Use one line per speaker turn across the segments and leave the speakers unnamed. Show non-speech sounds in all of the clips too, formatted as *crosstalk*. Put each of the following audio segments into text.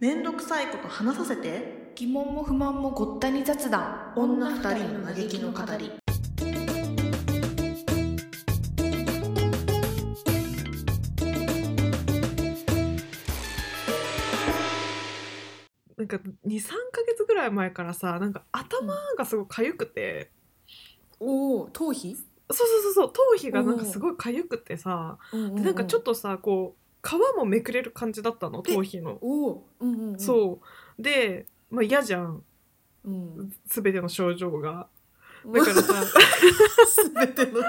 めんどくさいこと話させ
*laughs*
て
疑問も不満もごったに雑談
女二人の嘆きの語り
なんか23ヶ月ぐらい前からさなんか頭がすごい痒くて、
おお頭皮
そうそうそうそう頭皮がなんかすごい痒くてさでな
なん
かちょっとさこう皮もめくれる感じだったの頭皮の。
おお、うんうんうん、う、
そうで、まあ、嫌じゃん
うん、
全ての症状が。だからさ
全ての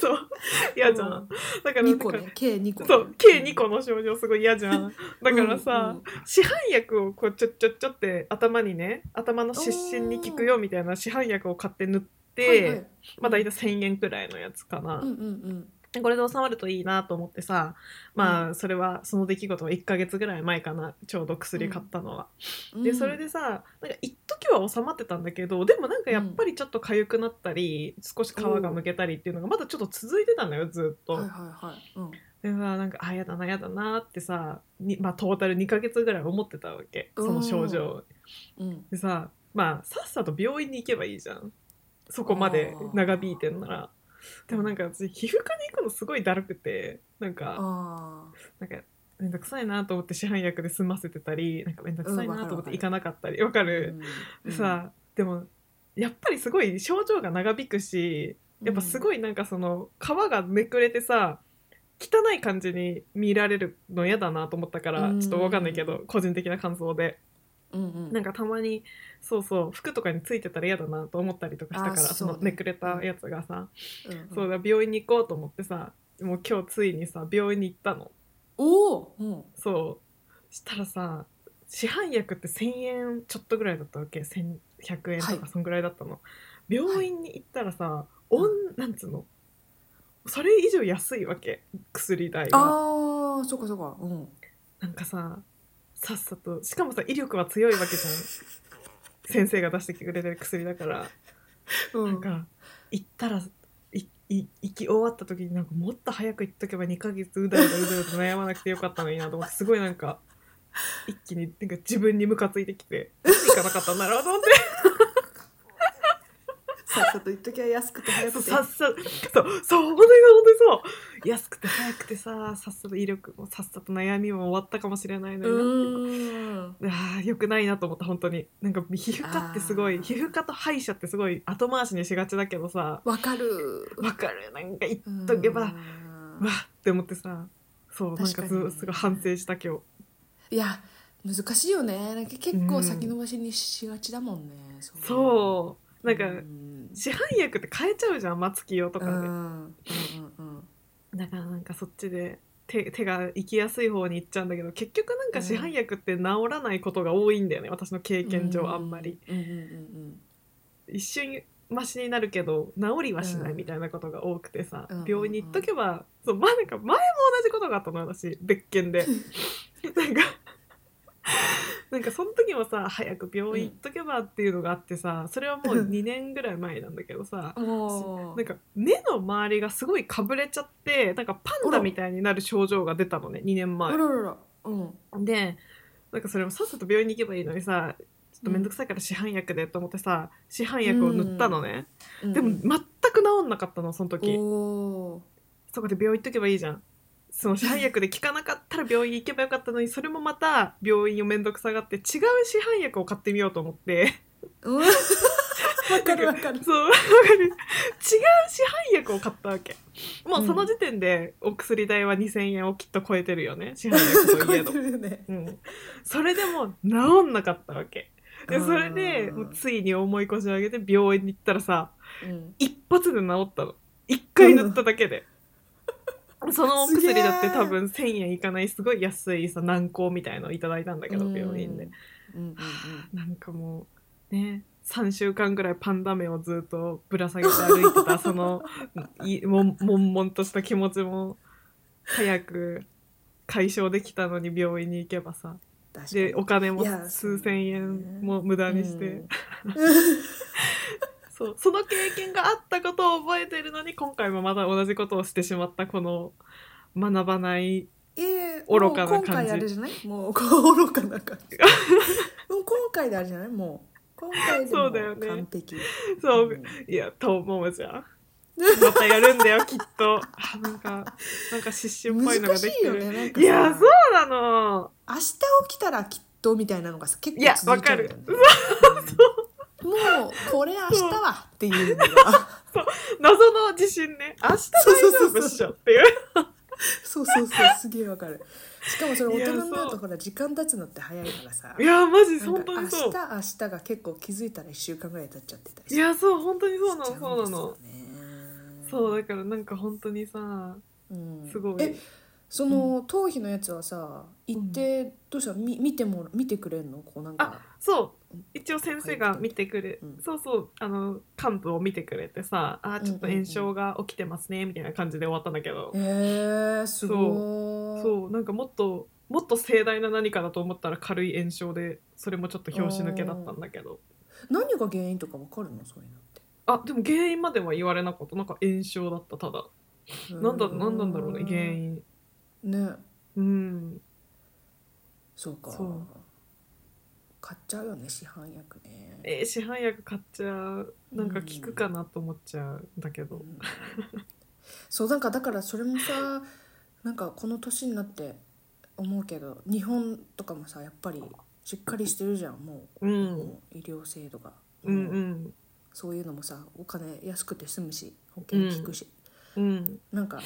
そう嫌じゃん。だからなん
2
か
個ね計2個
そう計2個の症状すごい嫌じゃん。だからさ、市販薬をこうちょっちょっちょって頭にね頭の湿疹に効くよみたいな市販薬を買って塗って。
はいはい
まあ大体1,000円くらいのやつかな、
うんうん
でこれで収まるといいなと思ってさまあそれはその出来事の1ヶ月ぐらい前かなちょうど薬買ったのは、
うん
でそれでさなんか一時は収まってたんだけどでもなんかやっぱりちょっと痒くなったり、少し皮がむけたりっていうのがまだちょっと続いてたのよずっと、
はいはいはい、うん、
でさなんかあやだなやだなってさに、まあ、トータル2ヶ月ぐらい思ってたわけその症状を
うん、
でさまあさっさと病院に行けばいいじゃんそこまで長引いてんならでもなんか私皮膚科に行くのすごいだるくてなんか
あ
なんかめんどくさいなと思って市販薬で済ませてたりなんかめんどくさいなと思って行かなかったりわか
あ、
るでさでもやっぱりすごい症状が長引くしやっぱす
い、
ごいなんかその皮がめくれてさ汚い感じに見られるの嫌だなと思ったから
うん
ちょっとわかんないけど個人的な感想で
うんうん、
なん
か
かたまにそうそう服とかについてたら嫌だなと思ったりとかしたから
あ
そ,、
そうね
のめくれたやつがさ、
うんうん、
そうだ病院に行こうと思ってさもう今日ついにさ病院に行ったの
おお、うん、
そうしたらさ市販薬って1,000円ちょっとぐらいだったわけ1100円と
は
か
い
そんぐらいだったの、病院に行ったらさ、おんなんつうのそれ以上安いわけ薬代が
ああそうかそうかうん
なんかささっさとしかもさ威力は強い
*laughs*
わけじゃん先生が出してきてくれてる薬だから
う
なんか行ったらいい行き終わった時になんかもっと早く行っとけば2ヶ月うだうだうだうだ悩まなくてよかったのになと思ってすごいなんか一気になんか自分にムカついてきて行かなかったんだろうと思って
さっさと言っときゃ安くて早
*laughs* そう
くて
さっさそうそう本当に本当にそう安くて早くてささっさと威力もさっさと悩みも終わったかもしれないの
う
にな
ーん
あーよくないなと思った本当になんか皮膚科ってすご
あ
い
ー
皮膚科と歯医者ってすごい後回しにしがちだけどさ
わかる
わかるなんか行っとけば
うん
わっって思ってさそうなん
確か
か
に
すすごい反省した今日
いや難しいよねなんか結構先延ばしにしがちだもんね、
そうなん
う
か
ん
市販薬って変えちゃうじゃん松木用と
うんう
かで
んうん
だからなんかそっちで手手が行きやすい方に行っちゃうんだけど結局なんか市販薬って治らないことが多いんだよね私の経
うん
験上あんまり
うんうんうん
一瞬マシになるけど治りはしないみたいなことが多くてさ
うん
病院に行っとけばそうまあなんか前も同じことがあったの私別件で *laughs* なんかなんかその時もさ早く病院行っとけばっていうのがあってさそれはもう
うん
2年ぐらい前なんだけどさ
うんもう
なんか目の周りがすごいかぶれちゃってなんかパンダみたいになる症状が出たのね2年
あ
前
ら。ららうん
でなんかそれもさっさと病院に行けばいいのにさちょっと面倒くさいから市販薬でと思ってさ市販薬を塗ったのね。
うん
でも
うん
全く治んなかったのその時 *laughs*
おー
そこで病院行っとけばいいじゃんその市販薬で効かなかったら病院行けばよかったのにそれもまた病院を面倒くさがって違う市販薬を買ってみようと思って *laughs*
うんわかるわかる
そうわかる違う市販薬を買ったわけもうその時点でお薬代は2,000円をきっと超えてるよね市販薬と
超
いえ
え
ど
て、るよね
うん、それでも治んなかったわけでそれで
うん
もうついに重い腰を上げて病院に行ったらさ
うん
一発で治ったの一回塗っただけで、そのお
すげ
薬
え
だって多分1,000円いかないすごい安いさ軟膏みたいのをいただいたんだけど
うん
病院で、
うんうんうん
なんかもうね3週間ぐらいパンダ目をずっとぶら下げて歩いてたそのい *laughs* もんもんもんとした気持ちも早く解消できたのに病院に行けばさ
確かに
でお金も
いや
数千円も無駄にして。
うん
そうその経験があったことを覚えてるのに今回もまだ同じことをしてしまったこの学ばない
ええ
愚かな感
もう今
じ *laughs*
回あれじゃないもうこう愚かな感じ回であるじゃないもう今回で
そ
も
うだよね
完璧
そう、
うん
いやと思うじゃんまたやるんだ
*laughs*
よきっとあなんかなんか失神っぽいのが
難し
でき
い
て
よ
る、
ねなんか
いや
さ
そうなの
明日起きたらきっとみたいなのがさ結構
いや
続いちゃうんだよねもうこれ明日はっていうのが
謎の自信ね明日大丈夫っしょっていう
そうそうそうすげえわかるしかもそれ大人になる
いやそ
と
う
ほら時間経つのって早いからさ
いやマジ
なん
本
か
当
明
に
日
そう
明日が結構気づいたら1週間ぐらい経っちゃってたり
いやそう本当にそうなのそうなの
そう
そうだからなんか本当にさ
うん
すごい
えその頭皮のやつはさ行ってどうしたのみ見ても見てくれんのこうなんか
そう一応先生が見てくれ、
うん
そうそうあの幹部を見てくれてさあーちょっと炎症が起きてますねみたいな感じで終わったんだけど、
えー、すごい
そうなんかもっともっと盛大な何かだと思ったら軽い炎症でそれもちょっと拍子抜けだったんだけど
何が原因とかわかるのそういうのって
あでも原因までは言われなかったなんか炎症だったただ *laughs* なんだなんなんだろうね原因
ね
うん
そうか
そう
買っちゃうよね市販薬ね
えー市販薬買っちゃうなんか効くかなと思っちゃうんだけど、
うんそうなんかだからそれもさなんかこの年になって思うけど日本とかもさやっぱりしっかりしてるじゃんも
う
う,、
ん、
もう医療制度が、
うん
もう
うん
そういうのもさお金安くて済むし保険効くし、
うん
なんか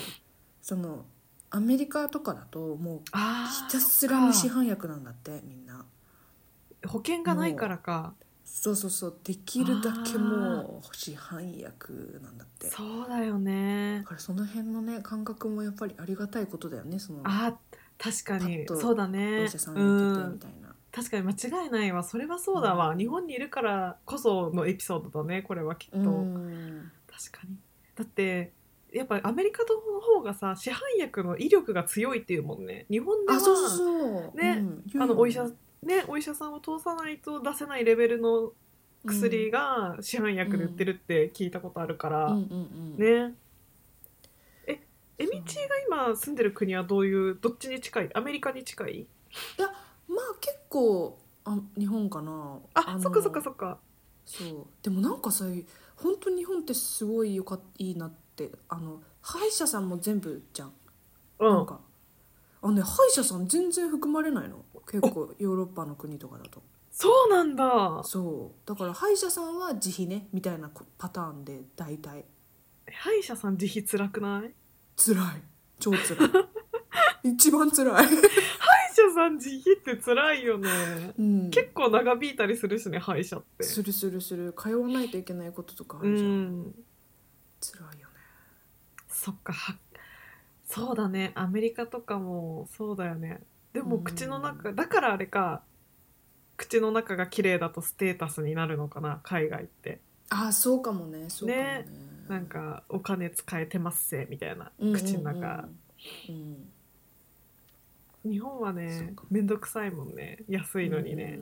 そのアメリカとかだともう
あ
ひた
あ
すらに市販薬なんだってみんな
保険がないからか
そうそうそうできるだけもう市販薬なんだって
そうだよね
だからその辺のね感覚もやっぱりありがたいことだよねその
あ確かに
パッと
そうだ
お
ね
医者さん
う
に言っててみ
ん
たいな、
確かに間違いないわそれはそうだわ、日本にいるからこそのエピソードだねこれはきっと、
うん
確かにだってやっぱアメリカの方がさ市販薬の威力が強いっていうもんね日本では
あそうそうそう
ね
うん言うよね
あのお医者ね、お医者さんを通さないと出せないレベルの薬が市販薬で売ってるって聞いたことあるから、
うんうんうんうん
ねえエミチーが今住んでる国はどういうどっちに近いアメリカに近い
まあ結構あ日本かな
あ
の
そっかそっかそっか
そうでもなんかさ本当日本ってすごいよかっいいなってあの歯医者さんも全部じゃん、
う
なん
ん
かあのね歯医者さん全然含まれないの結構ヨーロッパの国とかだと
そうなんだ
そうだから歯医者さんは自費ねみたいなこパターンで大体
歯医者さん自費辛くない
辛い超
*laughs*
辛い一番辛い、
歯医者さん自費って辛いよね
うん、
結構長引いたりするしね歯医者って
するするする通わないといけないこととかあ
う
るじゃん、
ん
辛いよね
そっかはそうだねアメリカとかもそうだよねでも
うん
口の中だからあれか口の中が綺麗だとステータスになるのかな海外って
ああそうかもねそうかもね
ねなんかお金使えてますせみたいな
うんうんうん
口の中、
うん
日本は
そ
ね
うか
めんどくさいもんね安いのにね、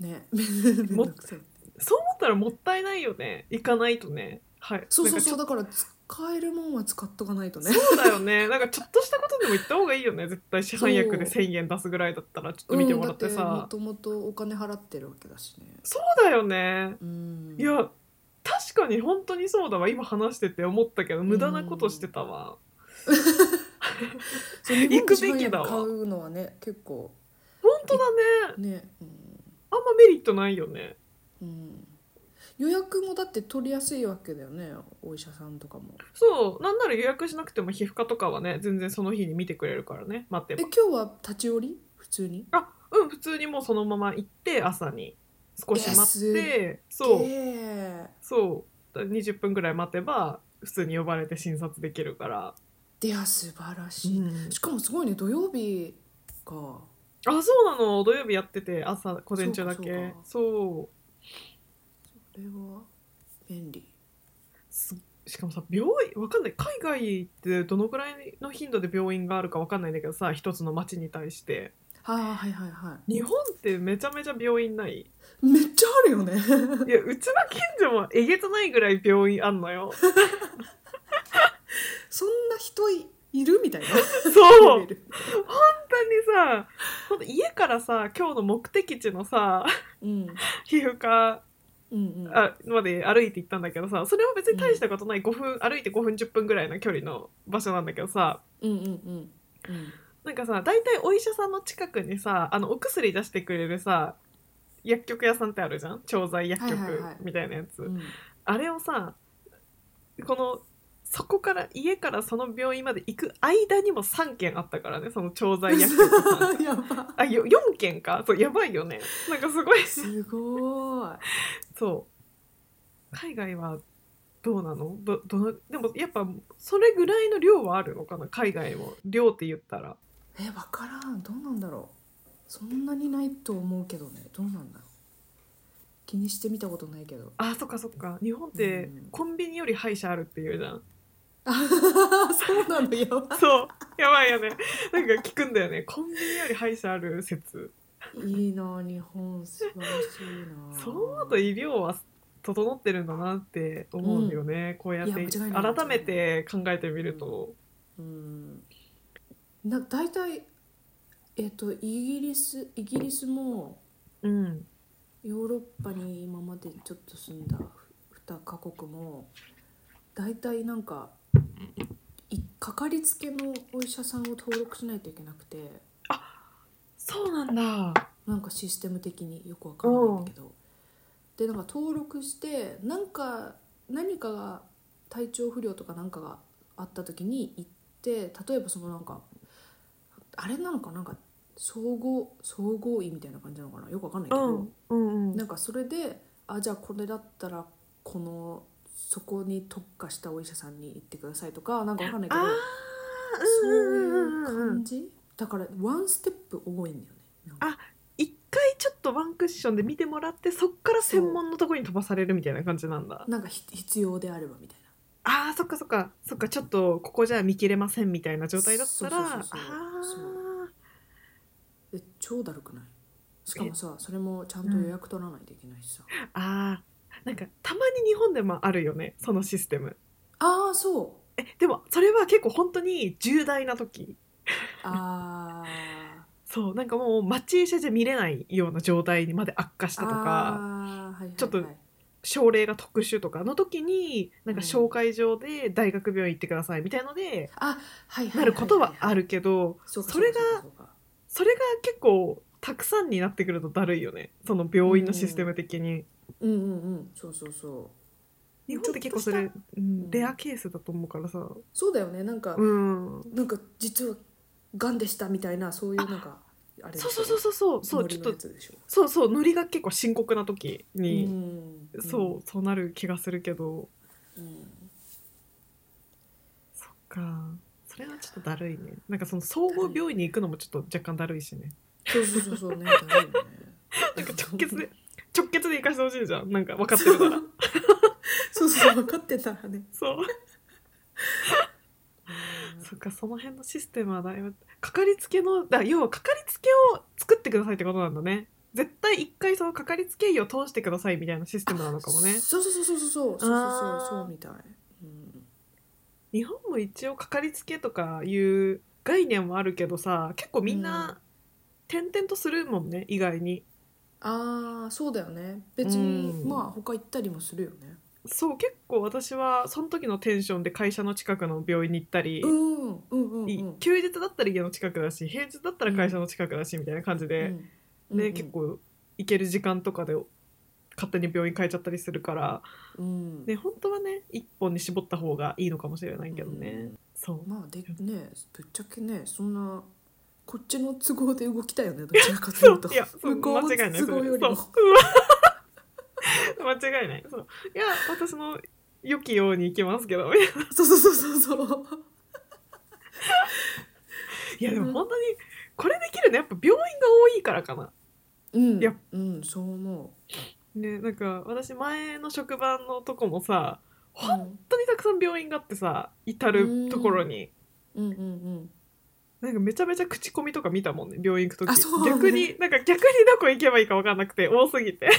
うん。ね。めんどくさい
そう思ったらもったいないよね行かないとねはい
そうそうそう
なんか
だから使えるもんは使っとかないとね
ちょ。そうだよねなんかちょっとしたことでも行った方がいいよね絶対市販薬で
そ
1,000円出すぐらいだったらちょっと見てもらって
うん、だ
さ
も、ともとお金払ってるわけだしね。
そうだよね
うん。
いや確かに本当にそうだわ今話してて思ったけど無駄なことしてたわ、
そう日本で
行くべきだわ
市販薬買うのはね結構
本当だね
ね。うん
あんまメリットないよね
うん。予約もだって取りやすいわけだよねお医者さんとかも。
そうなんなら予約しなくても皮膚科とかはね全然その日に見てくれるからね待って
え
ば
今日は立ち寄り普通に。
あうん普通にもうそのまま行って朝に少し待ってそう
で
そう20分ぐらい待てば普通に呼ばれて診察できるから、
いや素晴らしい。しかもすごいね土曜日か。
あそうなの土曜日やってて朝午前中だ
そうか
けそう
これは便利
すしかもさ病院わかんない海外ってどのぐらいの頻度で病院があるかわかんないんだけどさ一つの町に対して
はあはいはいは
日本ってめちゃめちゃ病院ない
いめっちゃあるよね *laughs*
いやうちの近所も
*laughs*
えげつないぐらい病院あんのよ
そんな人いいるみ *laughs* たいな
そう
レベル
本当にさ本当家からさ今日の目的地のさ *laughs*
うん
皮膚科
うんうん
あまで歩いて行ったんだけどさそれは別に大したことない5分、歩いて5分10分ぐらいの距離の場所なんだけどさ
うんうんうんうん
なんかさ大体お医者さんの近くにさあのお薬出してくれるさ薬局屋さんってあるじゃん調剤薬
はいはい
局
はい
みたいなやつ、
うん
あれをさこのそこから家からその病院まで行く間にも3軒あったからねその調剤薬局さん
*laughs* やば
あよ4件かそうやばいよねなんかすごい
すごい
そう海外はどうなのどどのでもやっぱそれぐらいの量はあるのかな海外も量って言ったら
え分からんどうなんだろうそんなにないと思うけどねどうなんだろう気にしてみたことないけど *laughs*
あそっかそっか日本って
うん
コンビニより歯医者あるっていうじゃん
そうなのやば
そうやばいよねなんか聞くんだよねコンビニより歯医者ある説
いいな日本素晴らしいな
そう思うと医療は整ってるんだなって思うんだよね、こうやって
いや間違いない
改めて考えてみると、
うんな大体えっとイギリスイギリスも
うん、
ヨーロッパに今までちょっと住んだ2カ国も大体なんかいかかりつけのお医者さんを登録しないといけなくて
そうなんだ
なんかシステム的によくわかんないんだけどでなんか登録してなんか何かが体調不良とかなんかがあった時に行って例えばそのなんかあれなのかなんか総合総合医みたいな感じなのかなよくわかんないけ
う
ど。
んうんうん
なんかそれであじゃあこれだったらこのそこに特化したお医者さんに行ってくださいとかなんかわかんないけど
あー
そう
うんうんう
いう
んうん
感じだからワンステップ多いんだよねなんか
あ一回ちょっとワンクッションで見てもらってそっから専門のとこに飛ばされるみたいな感じなんだ
なんかひ必要であればみたいな
あーそっかそっかそっかちょっとここじゃ見切れませんみたいな状態だったら
そうそうそうそう
あー
そうえ超だるくないしかもさそれもちゃんと予約取らないといけないしさ、
あーなんかたまに日本でもあるよねそのシステム
ああそう
えでもそれは結構本当に重大な時
あ
*laughs*
ー
そうなんかもう町医者じゃ見れないような状態にまで悪化したとか
あーはいはいはい
ちょっと症例が特殊とかの時になんか
うん
紹介状で大学病院行ってくださいみたいので
はいはいはいはい
なることはあるけど、
そうか
それが
そうかそうか
それが結構たくさんになってくるとだるいよねその病院のシステム的に、
うんうんうんそうそうそう
日本って結構そ
ちょ
れ
っ、
うんレアケースだと思うからさ
そうだよねなんか、
うん
なんか実はがんでしたみたいなそういうなんかあれ
そうそうそうそうそうそうち
ち
ょ
ょ
っ
っ
と
とでしょ
そうそうノリが結構深刻な時に、
うん
そうそうなる気がするけど
うん
そっかそれはちょっとだるいねなんかその総合病院に行くのもちょっと若干だるいしね
そうそうそうそうねだよね
なんか直結で *laughs* 直結で行かしてほしいじゃんなんか分かってるなら
そうそう分かってたらね
*laughs* そうそっかその辺のシステムはだいぶかかりつけのだ要はかかりつけを作ってくださいってことなんだね絶対一回そのかかりつけ医を通してくださいみたいなシステムなのかも *laughs* ね
そうそうそうそうそうそうそうそう
あー
そうみたいうん
日本も一応かかりつけとかいう概念もあるけどさ結構みんな転々とするもんね意外に
ああそうだよね別に
うん
まあ他行ったりもするよね
そう結構私はその時のテンションで会社の近くの病院に行ったり、
うんうんうんうん
い休日だったら家の近くだし平日だったら会社の近くだしみたいな感じで、
うん
ね、
うん
結構行ける時間とかで勝手に病院変えちゃったりするから、
うん
ね、本当はね一本に絞った方がいいのかもしれないけどね、
うん
そう
まあでねぶっちゃけねそんなこっちの都合で動きたいよねどちらかというと
*laughs* いやそう
向こうの
間違いない
都
そ
合
れ
よりも
そう *laughs* 間違いないそういや私の良きように行きますけどみたい
*laughs*
な
そうそうそうそうそう
いやでも本当にこれできるのやっぱ病院が多いからかな
うん
いや
うんそう思
ねなんか私前の職場のとこもさ
う、
本当にたくさん病院があってさ至るところに、
うん、うんうん
なんかめちゃめちゃ口コミとか見たもんね病院行く時
あそうね
逆になんか逆にどこ行けばいいか分かんなくて多すぎ
*laughs*
て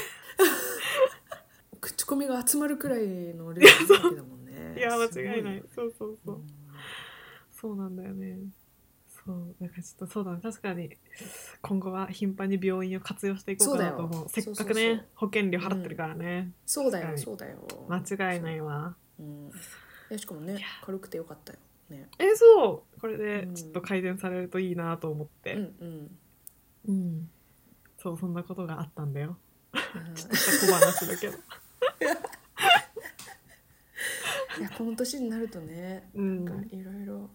うん口コミが集まるくらいの量なわけだもんね
いや間違いないそうそう
すご
そ
いうね
そうなんだよね。そう、なんかちょっとそうだね。確かに、今後は頻繁に病院を活用していこうかなと思う。
そうだ
せ
よ
っかくね
そうそうそう
保険料払ってるからね。
そうだ
確か
よ
に
そうだよ
間違いない
そう
わ。
うん、いやしかもね軽くてよかったよね
え、そうこれ
う
で
ん
ちょっと改善されるといいなと思っ
うんう
て。
ん
うん。そう、そんなことがあったん
*laughs*
だよ。
うん
ちょっとした小話だけど。
いやこの年になるとね
う
なん
ん。
かいろいろ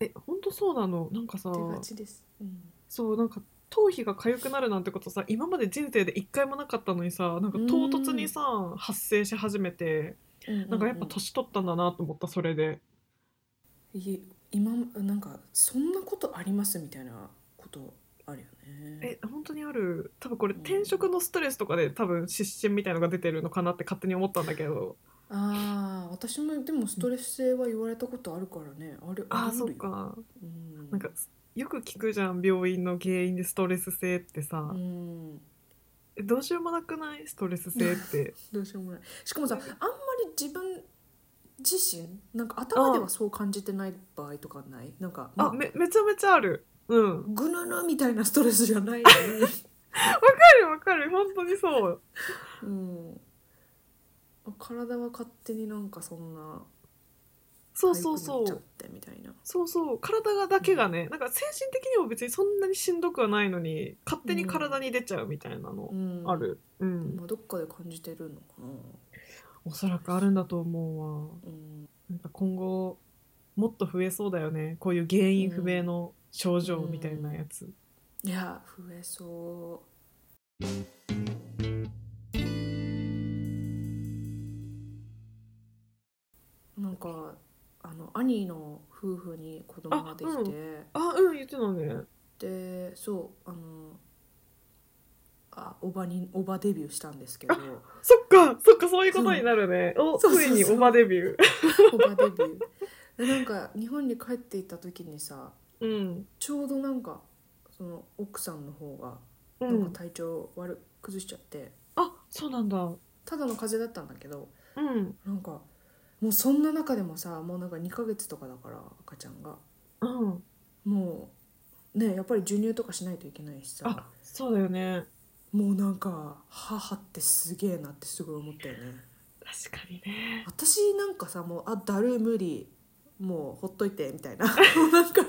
え、ほんとそうなの。なんかさ、
出がちです、うん、
そうなんか頭皮が痒くなるなんてことさ今まで人生で一回もなかったのにさなんか唐突にさ、発生し始めて
ううう
なんかやっぱ年取ったんだなと思ったそれで
い今なんかそんなことありますみたいなことあるよね
え本当にある多分これ
うん
転職のストレスとかで多分失神みたいのが出てるのかなって勝手に思ったんだけど
ああ私もでもストレス性は言われたことあるからねあれ
ああ
り
そ
得る
う
よ
か
うん、
なんかよく聞くじゃん病院の原因でストレス性ってさ
う、ん
えどうしようもなくないストレス性って
どうしようもないしかもさあんまり自分自身なんか頭ではそう感じてない場合とかないなんか
あ
ま
めめちゃめちゃあるうん
ぐぬぬみたいなストレスじゃないのに、
*laughs* わかるわかる本当にそう
うん、体は勝手になんかそんな
そうそうそ
痒くなっ
う
ちゃってみたいな
そうそう体がだけがね、なんか精神的にも別にそんなにしんどくはないのに勝手に体に出ちゃうみたいなの、
うん
ある、うん、
まあ、どっかで感じてるのかな、
おそらくあるんだと思うわ
うん、
なんか今後もっと増えそうだよねこういう原因不明の症状みたいなやつ、
いや増えそうんなんかあの兄の夫婦に子供ができ
あ
て、
あうん言ってたね
でそうあのあおばにおばデビューしたん
*laughs*
ですけど
そっかそっかそういうことになるね、お
そうそう
つ
そう
いにオバデビュー
おばデビューでなんか日本に帰っていった時にさ
うん
ちょうどなんかその奥さんの方が
う
なんか
ん
体調悪く崩しちゃって、
あそうなんだ
ただの風邪だったんだけど
うん
なんかもうそんな中でもさもうなんか2ヶ月とかだから赤ちゃんが
うん
もうねやっぱり授乳とかしないといけないし
あ
さ
そうだよね
もうなんか母ってすげえなってすごい思ったよね
確かにね
私なんかさもうあだるい無理もうほっといてみたいなもうなんか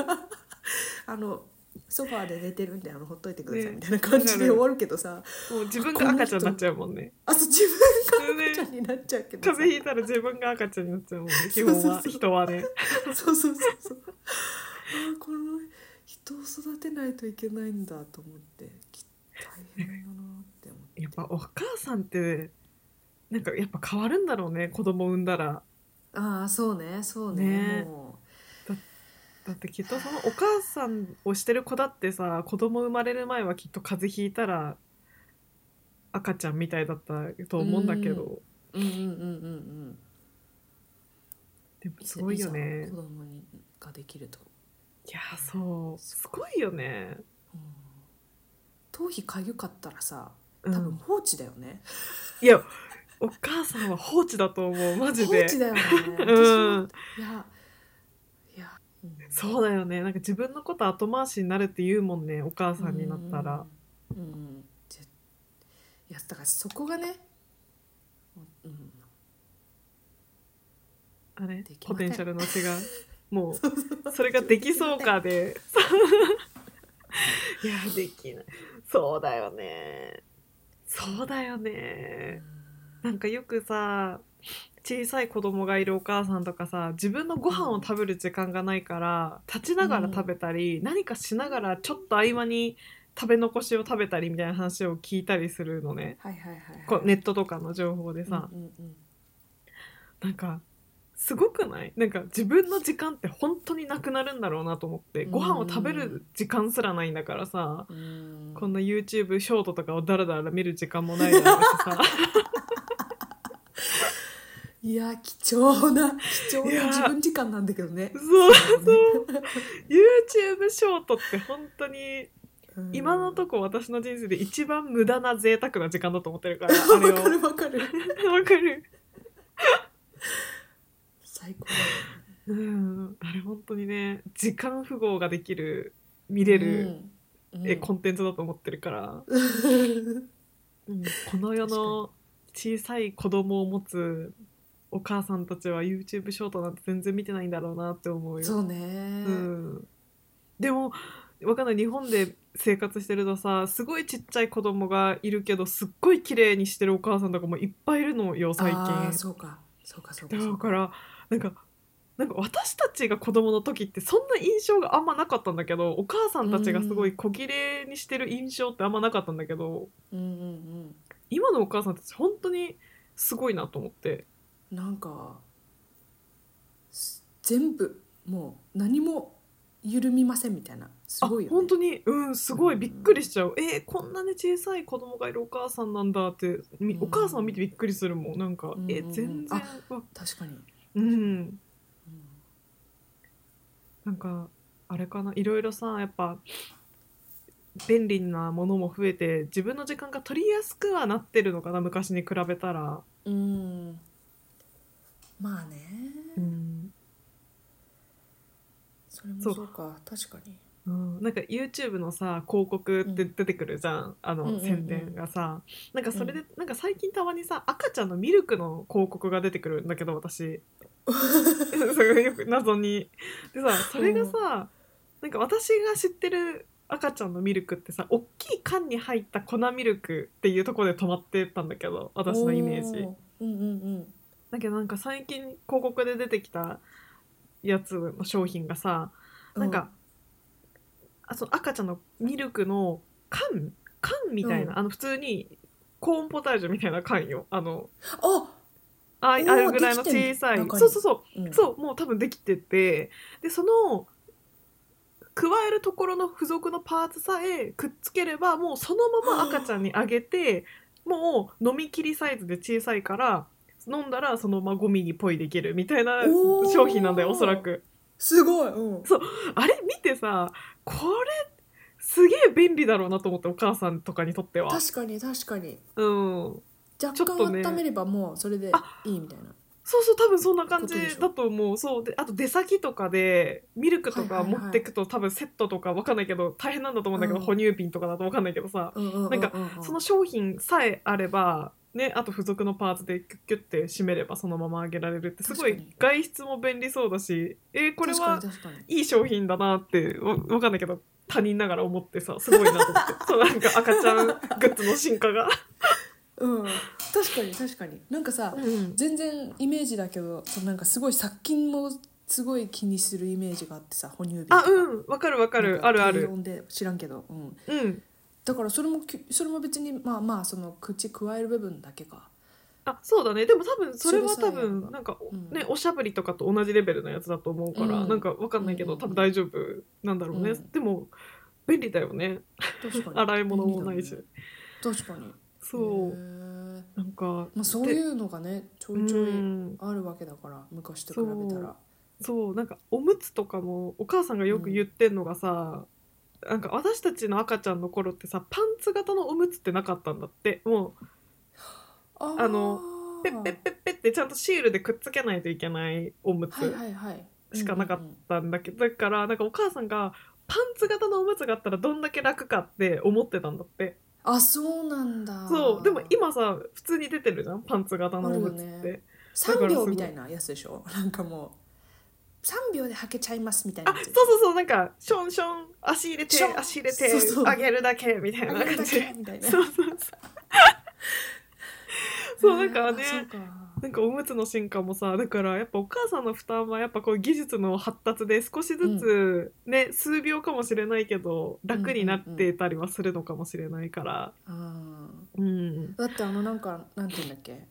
あのソファーで寝てるんであのほっといてください
ね
みたいな感じで終わるけどさ、
もう自分が赤ちゃんになっちゃうもんね
あそう自分が赤ちゃんになっちゃうけどさ
風邪ひいたら自分が赤ちゃんになっちゃうもんね基本は
そうそうそう
人はね
*laughs* そうそうそうそう。ああこの人を育てないといけないんだと思ってき大変だなって思って。
やっぱお母さんってなんかやっぱ変わるんだろうね子供産んだら
ああそうねそうね
ね
も
だってきっとそのお母さんをしてる子だってさ子供生まれる前はきっと風邪ひいたら赤ちゃんみたいだったと思うんだけど、
うううんうんうんうん
でも
うん。
すごいよね
ざ子供にができると、
いやそうすごいよね
うん頭皮かゆかったらさ
う
多分
ん
放置だよね。
いやお母さんは放置だと思うマジ
放
で
置だよね。私も
うん
いやいや。うん
そうだよねなんか自分のこと後回しになるって言うもんねお母さんになったら
うんうんうん、うんぜいやだからそこがね、うん、
あれ
できませ
ポ
ん
テンシャルの違 *laughs* うもうそれができそうかで *laughs* いやできないそうだよねそうだよねなんかよくさ小さい子供がいるお母さんとかさ自分のご飯を食べる時間がないから立ちながら食べたり、何かしながらちょっと合間に食べ残しを食べたりみたいな話を聞いたりするのね
はいはいはい、はい、
こうネットとかの情報でさ、
うんうんうん
なんかすごくないなんか自分の時間って本当になくなるんだろうなと思って
うん
ご飯を食べる時間すらないんだからさ
うん
こんな YouTube ショートとかをダラダラ見る時間
*laughs*
もないだろうしさ
いや貴重な貴重
い
な
や
自分時間なんだけどね
そう
そうだよね
YouTube ショートって本当に
うん
今のとこ私の人生で一番無駄な贅沢な時間だと思ってる
*laughs*
からあ
わ
れを
かるわかる
わかる
最高
うん、あれ本当にね時間符号ができる見れる、
うん、
えコンテンツだと思って
*laughs*
るから、うんこの世の小さい子供を持つお母さんたちは YouTube ショートなんて全然見てないんだろうなって思うよ。
そうね、
うん、でもわかんない日本で生活してるとさすごいちっちゃい子供がいるけどすっごい綺麗にしてるお母さんとかもいっぱいいるのよ最
あー
近。
そうかそうかそうかそう
だからなんかなんか私たちが子供の時ってそんな印象があんまなかったんだけどお母さんたちがすごい小綺麗にしてる印象ってあんまなかったんだけど、
うんうん
今のお母さんたち本当にすごいなと思って
うんなんかす全部もう何も緩みませんみたいなすごいよ
あ
ね
本当にうんすごいびっくりしちゃう、えーこんなに小さい子供がいるお母さんなんだってみ
うん
お母さんを見てびっくりするもんなんか、
うん
えー全然わ
確かに、
うん
うん
なんかあれかないろいろさやっぱ便利なものも増えて自分の時間が取りやすくはなってるのかな昔に比べたら、
うんまあね、
うん
それも
そ
そううか確かに
なんか YouTube のさ広告って出てくるじゃん、あ
うんうんう
の
ん
宣伝がさ、なんかそれで、なんか最近たまにさ赤ちゃんのミルクの広告が出てくるんだけど私 *laughs* それがよく謎にでさそれがさ、なんか私が知ってる赤ちゃんのミルクってさ大きい缶に入った粉ミルクっていうところで止まってたんだけど私のイメージ
おうんうん
だけどなんか最近広告で出てきたやつの商品がさ、
うん
なんか、あその赤ちゃんのミルクの缶缶みたいな、
うん
あの普通にコーンポタージュみたいな缶よあの
あ、
ああ
お
れ
ー
ぐらいの
できて
小
ん
さい
中に
そうそうそう
うん
そうもう多分できててでその加えるところの付属のパーツさえくっつければもうそのまま赤ちゃんにあげてもう飲み切りサイズで小さいから飲んだらそのままゴミにポイできるみたいな
おー
商品なんだよおそらく。
すごい、うん、
あれ見てさこれすげえ便利だろうなと思ってお母さんとかにとっては。
確かに確かに
うん、ちょ
若
っとね
干温めればもうそれでいいみたいな、
そうそう多分そんな感じ
ことでしょ
だと思うそうであと出先とかでミルクと
は
か
いはい
持
はい
ってくと、多分セットとかわかんないけど大変なんだと思うんだけど、
うん
哺乳瓶とかだとわかんないけどさ、
うんうんうんうん
なんかその商品さえあれば、ね、あと付属のパーツでキュッキュッて締めればそのままあげられるってすご
確か
い
に
外出も便利そうだしえーこれは
確かに確かに
いい商品だなってわわかんないけど他人ながら思ってさすごいなと思って
*laughs*
そうなんか赤ちゃんグッズの進化が、
うん確かに確かになんかさ全然イメージだけどそのなんかすごい殺菌もすごい気にするイメージがあってさ哺乳瓶
あうんわかるわかるあるある
んで知らんけど、うん、
うん
だからそれもきそれも別にまあまあその口加える部分だけか
あそうだねでも多分それは
それさえ
多
あれば
分なんか、
うん
ねおしゃぶりとかと同じレベルのやつだと思うから、
うん
なんかわかんないけど、
うん
多分大丈夫なんだろうね、
うん
でも便利だよね
確かに
洗い物もないし、
便利だね確かに
そう、
へー
なんか
まあ、そういうのがねちょいちょ
う
い
ん
あるわけだから昔と比べたら
そうなんかおむつとかもお母さんがよく言ってんのがさ、なんか私たちの赤ちゃんの頃ってさパンツ型のおむつってなかったんだっても
あ
あの
ー
うペッペッペッペッってちゃんとシールでくっつけないといけないおむ
はい
つ
はいはい
しかなかったんだけど、だからなんかお母さんがパンツ型のおむつがあったらどんだけ楽かって思ってたんだって
あそうなんだ
そうでも今さ普通に出てるじゃんパンツ型のおむつっ
あ
て、
るよ3
だからすごい
秒みたいなやつでしょなんかもう3秒で履けちゃいますみたいな
あ
や
そう
つ
そうそうなんかションション足入れて
ション
足入れて
そうそう
上げるだけみたいな
あれ
感
だ
じ
けみたいな
*laughs* そうそうそう。そうだからね
あそうか
なんかおむつの進化もさだからやっぱお母さんの負担はやっぱこう技術の発達で少しずつ、ね数秒かもしれないけど楽になってたりはするのかもしれないから。
うん
うん
だってあのなんかなんていうんだっけ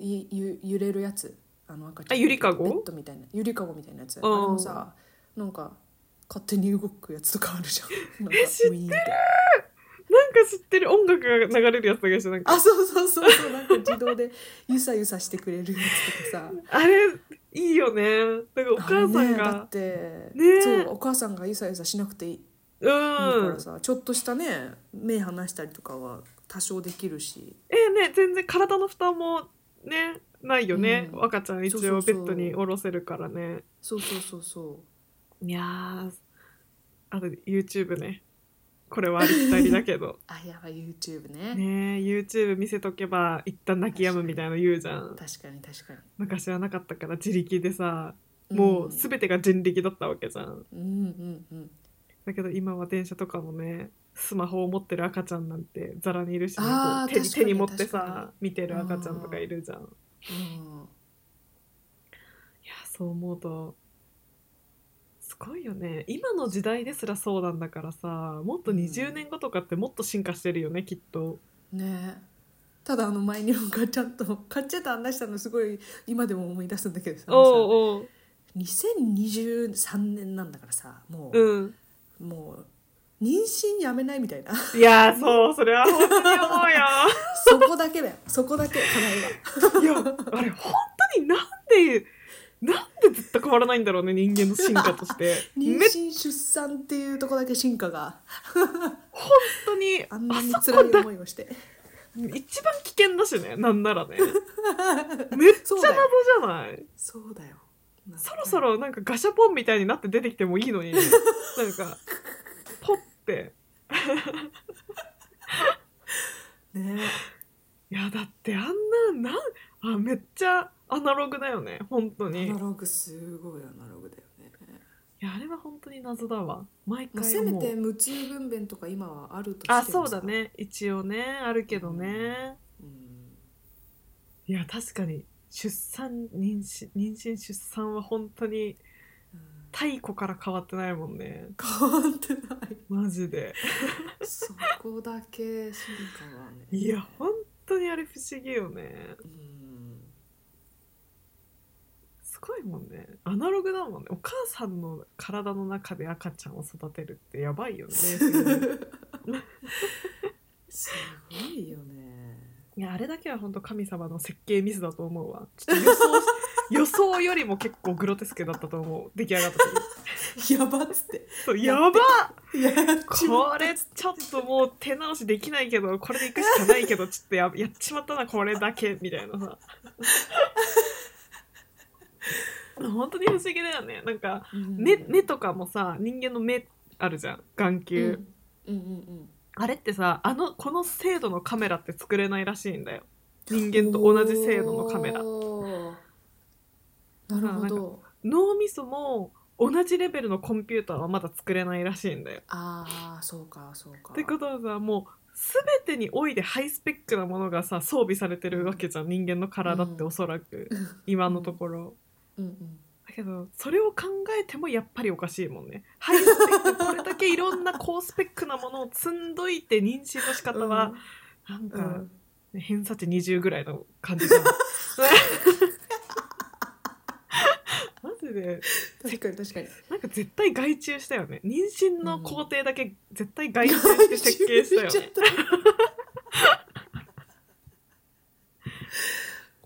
いゆ揺れるやつあの赤ちゃん
あゆりかご
ベッドみたいなゆりかごみたいなやつあ
う
れ
ん
もさなんか勝手に動くやつとかあるじ
*laughs*
ゃんなんか
え知ってる
ウィーンて
なんか知ってる音楽が流れるやつだけどなんか
あそうそうそうそうなんか自動でゆさゆさしてくれるやつとかさ
あれいいよねなん *laughs* かお母さ
あれ
ん
ねだ
が
っ、て、
ね
そうお母さんがゆさゆさしなくていい,、
うん
からさちょっとしたね目離したりとかは多少できるし
えね全然体の負担もねないよね、
うん
赤ちゃん一
そう
応
そ
ベ
うそう
ッドに下ろせるからね
そうそうそうそう
いやーあと YouTube ねこれはありきたりだけ
*laughs*
ど
あやばい YouTube ね
ねえ YouTube 見せとけば一旦泣き止むみたいなの言うじゃん
確かに確か
昔はなかったから自力でさ
に
もう
す
全てが人力だったわけじゃん
うんうんうん
だけど今は電車とかもねスマホを持ってる赤ちゃんなんてざらにいるし、ね、
あー
こう手に
確か
手
に
に持って
確か
さ見てる赤ちゃんとかいるじゃんい
うん
やそう思うとすごいよね今の時代ですらそうなんだからさもっと
うん
20年後とかってもっと進化してるよねきっと
ねえただあの前にもガチャッとガチャッと案内したのすごい今でも思い出すんだけどさ
おう
2023年なんだからさも
お
う、
ううん
もう妊娠やめないみたいな
いやそうそれは本当に思うよ
そこだ
*laughs*
けだよそこだけ課題はい
や、あれ、本当になんで、なんでずっと変わらないんだろうね、人間の進化として。
妊
めっ
娠出産っていうとこだけ進化が
当に、
あんなに
あそ
辛
こ
い
だ、
思いをして
一番危険だしね、なんな
*laughs*
らね。めっちゃ
そ
謎
う
じ
だよ
ゃない
そうだよなんか
そろそろなんかガシャポンみたいになって出てきてもいいのに、なんか、ポッて。
ね
いや、だってあんな、なん、あ、めっちゃアナログだよね、本当
ア
に。い
ナログすごいアナログだよね
や、あれは本当に謎だわ。毎
ま
回
あ、
思う。
せめて無痛分娩とか今はあるとしても
あ、
さ
そうだ、ね。一応ね、あるけどね。
うん、
いや確かに出産妊娠妊娠出産は本当に
うん
太古から変わってないもんね
変わって *laughs* ない
マジで
そこだけ進化はね
いや本当にあれ不思議よね
うん
すごいもんねアナログだもんねお母さんの体の中で赤ちゃんを育てるってやば
*laughs*
いよね
すごいよね
いやあれだけは本当神様の設計ミスだと思うわちょっと予想し *laughs* 予想よりも結構グロテスクだったと思う出来上がった時
やばっつって
そうやばっ
いや
これちょっともう手直しできないけどこれでいくしかないけどちょっとややっちまったなこれだけみたいなさ *laughs* 本当に不思議だよねなんか目目とかもさ人間の目あるじゃん眼
うんう
球、
んうん
あれってさあのこの精度のカメラって作れないらしいんだよ人間と同じ精度のカメラ
おーなるほど
脳みそも同じレベルのコンピューターはまだ作れないらしいんだよ
ああそうかそうか
ってことはさもう全てにおいでハイスペックなものがさ装備されてるわけじゃん人間の体って
うん
おそらく、
うん
今のところ。
うんうん
だけどそれを考えてもやっぱりおかしいもんね。ハイスペックこれだけいろんな高スペックなものを積んどいて妊娠の仕方は、なん
うんう
か、
ん
ね偏差値20ぐらいの感じが。 *laughs* マジで
確かに確かに
なんか絶対外注したよね妊娠の工程だけ絶対外注して設計したよね。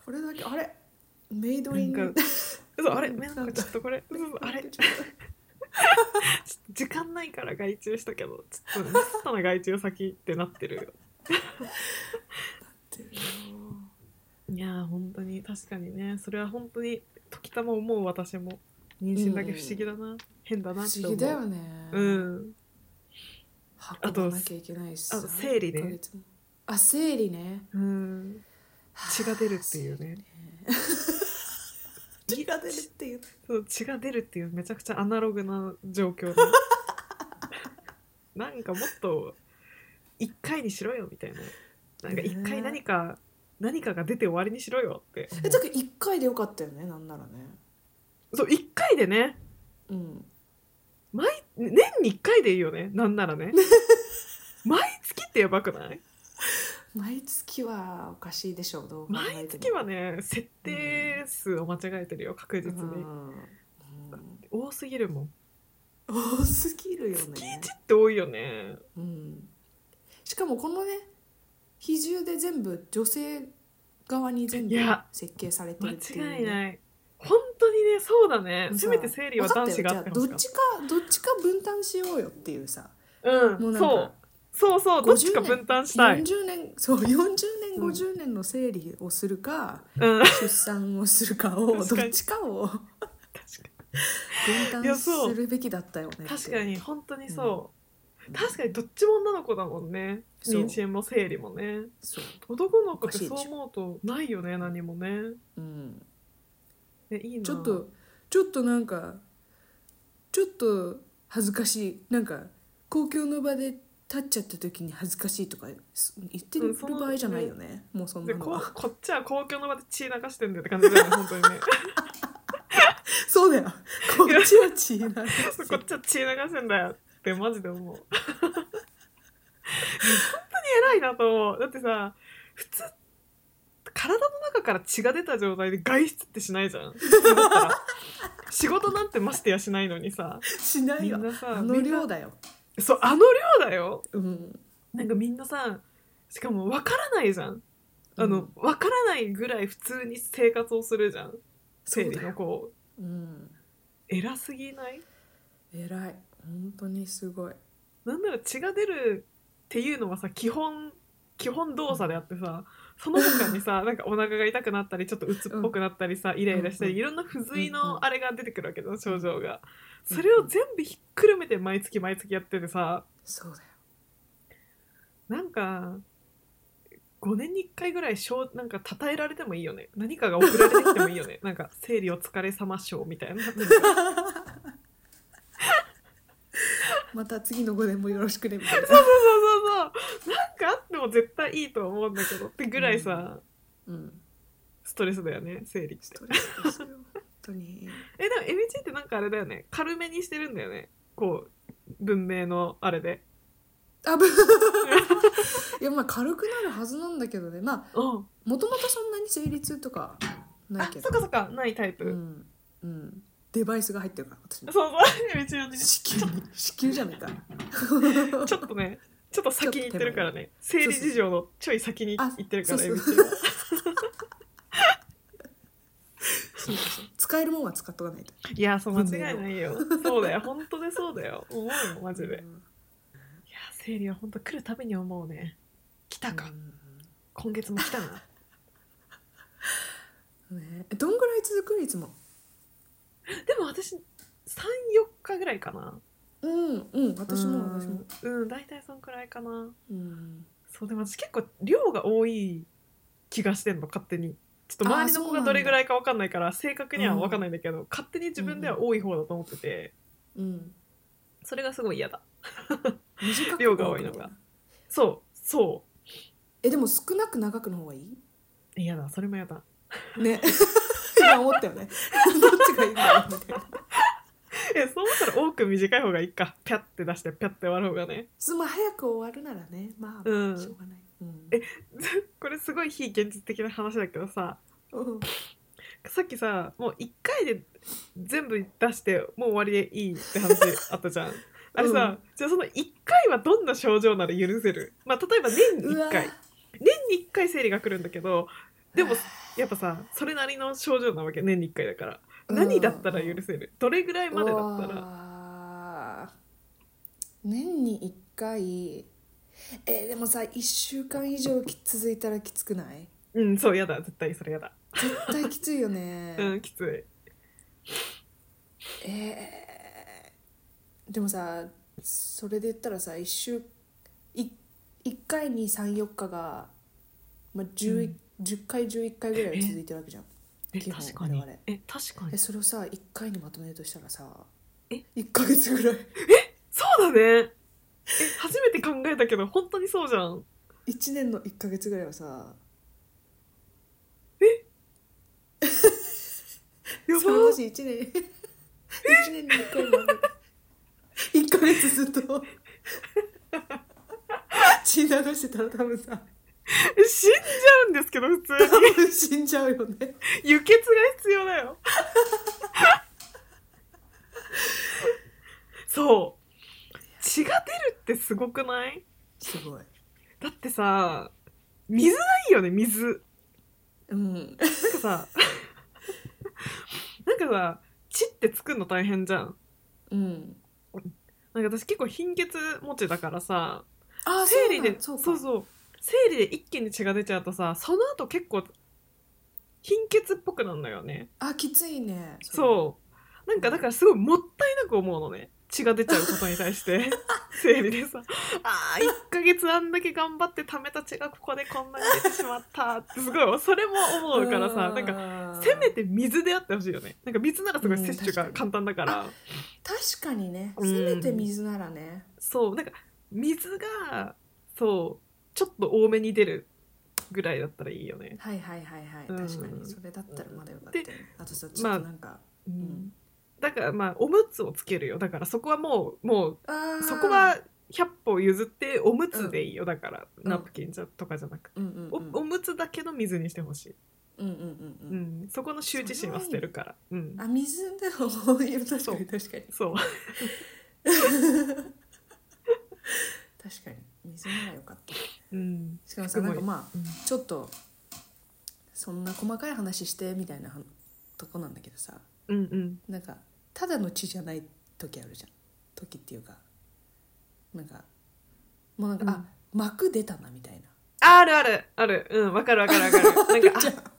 これだけあれメイドイン
なんかそうあれ
うん
なんかちょっとこれ、うん、あれちょっと時間ないから外注したけど *laughs* ちょっとミスったな外注先ってなってるいやー本当に確かにねそれは本当に時たま思う私も妊娠だけ不思議だな、変だ
不
なって
思
思う
議だよね
うん
運ばなきゃいけないし
あと生理ね
1ヶ月もあ生理ね
うん血が出るっていうね
血が出るっ
*laughs*
ていう
そう血が出るっていうめちゃくちゃアナログな状 *laughs* 況でなんかもっと一回にしろよみたいななんか一
ね
回何か、何かが出て終わりにしろよって思う
えだから1回でよかったよねなんならね
そう一回でね
うん
年に一回でいいよねなんなら *laughs* ね毎月ってやばくない
毎月はおかしいでしょうどう考え
毎
ても
月はね設定数を間違えてるよ確実に、
うん
多すぎるもん
うん多すぎるよ
月
ね
1って多いよね
うんしかもこのね比重で全部女性側に全
い
部
や
設計されて
間
るっていう、
違いない本当にねそうだね
もう
せ
さ
めて生理は男子があってほ
分
し
か
か
っ
った
よじゃあどっちかどっちか分担しようよっていうさ
たう
もうんなんか
そうそうそうどっちか分担したい
*laughs* 40年そう40年2050年の整理をするか、 *laughs*
うん
出産をするかを
確
ど
かに
っちかを
確か
*laughs* 分
いや
担
そう
するべきだったよねって
に確かに本当にそう、確かにどっちも女の子だもんね
そう
妊娠も生理もね
そう、
男の子って
お
そ
かしいでし
う思うとないよね何もね
うん、
ねいいな
ちょっとちょっとなんかちょっと恥ずかしいなんか公共の場で立っちゃった時に恥ずかしいとかす言って
う
る
んその
場合じゃないよね、もうそん
で
なの
こ
は
こっちは公共の場で血流してんだよって感じだよね本当にね
そうだよ *laughs* こっちは血なんだし
そうこっちは血流してんだよってマジで思う
*laughs*
本当に偉いなと思うだってさ普通体の中から血が出た状態で外出ってしないじゃん普通
*laughs*
だったら仕事なんてましてやしないのにさ
しない
みん
よ
なさ
あの
みんな
量だよ
そうあの量だよ
うん
なんかみんなさしかも分からないじゃんあの、
うん
分からないぐらい普通に生活をするじゃん
そう
生
だよ
理の子
うん
偉すぎない
偉い本当にすごい
なんなら血が出るっていうのはさ基本基本動作であってさその他にさなんかお腹が痛くなったりちょっと鬱っぽくなったりさ、イライラしたり、
うんうん
いろんな不随
うんう
の
ん
あれが出てくるわけだ症状が
うん
それを全部ひっくるめて毎月毎月やっててさ
そうだよ
なんか5年に1回ぐらい賞なんか称えられてもいいよね何かが送られてきてもいい
*laughs*
よねなんか「生理お疲れ様賞」みたいななんか
また次の5年もよろしくねみたいな、
そうそうそうそうなんかあっても絶対いいと思うんだけどってぐらいさ、
うん、
ストレスだよね生理っ
ス
て
トレスですよ本当に
えでも MG ってなんかあれだよね軽めにしてるんだよねこう文明のあれで
あぶいやまあ軽くなるはずなんだけどねまあ
うん
もともとそんなに生理痛とかない
あ
け
そっ
ど
かそっかないタイプ、
うん、うん、デバイスが入ってるから私
そう
も
そう MG はね
子宮
*laughs*
に子宮じゃねえか
ちょっとねちょっと先に行ってるからね生理事情のちょい先に行ってるから
そう
MG
そう
は
そうそう使えるもんは使っとかないと
いやそう間違いないよそうだよ本当でそうだよ思うよマジでいや
うん
生理は本当来るたびに思うね来たか、
う
今月も来た
*laughs*
なん
ねえどんぐらい続くいつも
でも私34日ぐらいかな
うんうん私も私も
うんうん大体そんくらいかな
うん
そうでも私結構量が多い気がしてんの勝手にちょっと周りの
あーそ
子
うな
が
んだ
どれぐらいか分かんないから正確には分かんないんだけど、勝手に自分では多い方だと思ってて、
うん
それがすごい嫌だ
短く
量が多いのがそうそ
えでも少なく長くの方がいいう
嫌だそれも嫌だ *laughs*
ね *laughs* 今思ったよね *laughs* どっちがいいんだろうみたいな
えそう思ったら多く短い方がいいかピャって出してピャって終わる方がね
そうまあ早く終わるならねまあ、
うん
しょうがない、うん、
えこれすごい非現実的な話だけどさ
うん
さっきさもう1回で全部出してもう終わりでいいって *laughs* 話あったじゃんあれさ、じゃあその1回はどんな症状なら許せるまあ例えば年に
うわ
1回年に1回生理が来るんだけどでもやっぱさそれなりの症状なわけ年に1回だから
うん
何だったら許せるどれぐらいまでだった
う
ら
わー年に1回えーでもさ1週間以上き続いたらきつくない
うんそうやだ絶対それやだ
絶対きついよね、
*laughs* うんきつい
えーでもさそれで言ったらさ1週い1回に34日が、まあ 10, 10回11回ぐらいは続いてるわけじゃん
え
基本
確かに
我々
え確か
え
に
それをさ1回にまとめるとしたらさ
え
1ヶ月ぐらい *laughs*
そうだねえ初めて考えたけど本当にそうじゃん
1年の1ヶ月ぐらいはさ
やば
それもし1年1年に1回もある1ヶ月ずっと血流してたら多分さ
え死んじゃうんですけど普 *laughs* 通
多分死んじゃうよね
に輸血が必要だ *laughs* よそう血が出るってすごくない
すごい
だってさ水ないよね水
うん
なんかさ *laughs* なんかさ血って作るの大変じゃん
うん
なんか私結構貧血持ちだからさ
あ
生理で
そう
そう
う
そう生理で一気に血が出ちゃうとさその後結構貧血っぽくなるのよね
あきついね
そうなんかだからすごいもったいなく思うのね血が出ちゃうことに対して *laughs* 生理でさ「あ1ヶ月あんだけ頑張って貯めた血がここでこんなに出てしまった」ってすごいそれも思うからさなんか
か
せめて水であってほしいよねなんか水ならすごい摂取
う
が
ん
簡単だから、
確かにね
うん
せめて水ならね、
そうなんか水がそうちょっと多めに出るぐらいだったらいいよね
はいはいはいはい、
うん
確かにそれだったらまだよかった
で
よあとさちょっとなんか、ん
だからまあおむつをつけるよだからそこはもうもう
あー
そこは100歩譲っておむつでいいよだから、
うん
ナプキンじゃとかじゃなくて、
うんうんうん
おおむつだけの水にしてほしい、
うんうんうん
う
うん
ん、そこの羞恥心は捨てるからうん
あ水でもいや確か
そう
に確かに
そう
確かに水ならよかった
うん
しかも
す
さ
ごい
なんかま
うん
あちょっとそんな細かい話してみたいなはとこなんだけどさ
うんうん
なんかただの血じゃない時あるじゃん時っていうかなんかもうなんか、
うん
あ膜出たなみたいな
あるあるあるうんわかるわかるわか
*laughs*
るなんか
じゃ
あ
あ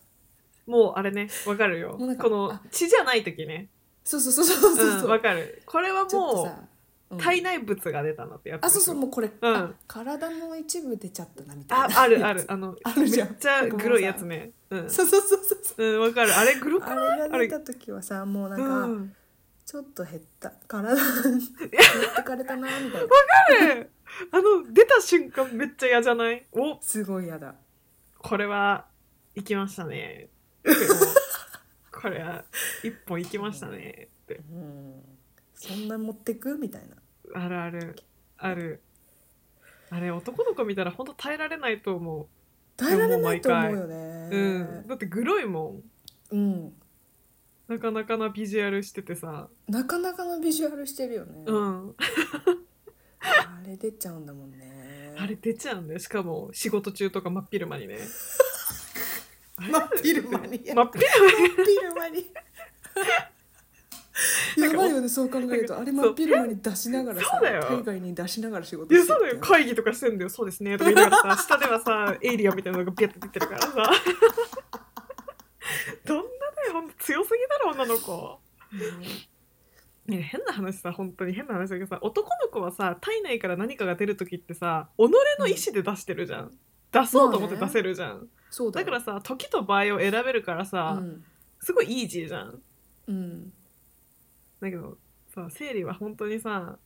もうあれねわかるよ
もうなんか
この
あ
血じゃない時ね
そうそうそうそうそう
うん
そう、
わかるこれは
ちょっと
も
さ、う
うん体内物が出たなってやつ
あそうそうもうこれ、
うん
あ体の一部出ちゃったなみたいな
ああるあるあの
あるじゃん
めっちゃグロいやつねうん
そうそうそうそう
うんわかるあれグロく
あ
ない
れ
あ
が
れ
出た時はさもうなん
う
か、
ん
ちょっと減った体減ってかれたなみたいな
ね *laughs* あの出た瞬間めっちゃ嫌じゃないお
すごい嫌だ
これは行きましたね
*laughs*
これは一本行きましたねって
うんそんな持ってくみたいな
あるあるあるあれ男の子見たら本当耐えられないと思
耐えられないと思うよ
う、
ね
うん、だってグロいもん
うん
なかなかなビジュアルしててさ
なかなかのビジュアルしてるよね、
うん
あれ出ちゃうんだもんね
あれ出ちゃうんだよしかも仕事中とか真っ昼間にね
真っ昼間に
真っ昼間に
真っ昼間に *laughs* やばいよねそう考えるとあれ真っ昼間に出しながらさ
そうだよ
海外に出しながら仕事
いや
して
そうだ
る
よ会議とかしてんだよそうですねとか言いながらさ下ではさエイリアンみたいなのがビャって出てるからさ *laughs* どんなだよほんと強すぎだろ女の子ね変な話さ本当に変な話だけどさ男の子はさ体内から何かが出る時ってさ己の意思で出してるじゃん、出そうと思って出せるじゃん、
そうだ
だ
よ
からさ時と場合を選べるからさ、
うん
すごいイージーじゃん
うん
だけどさ生理は本当にさ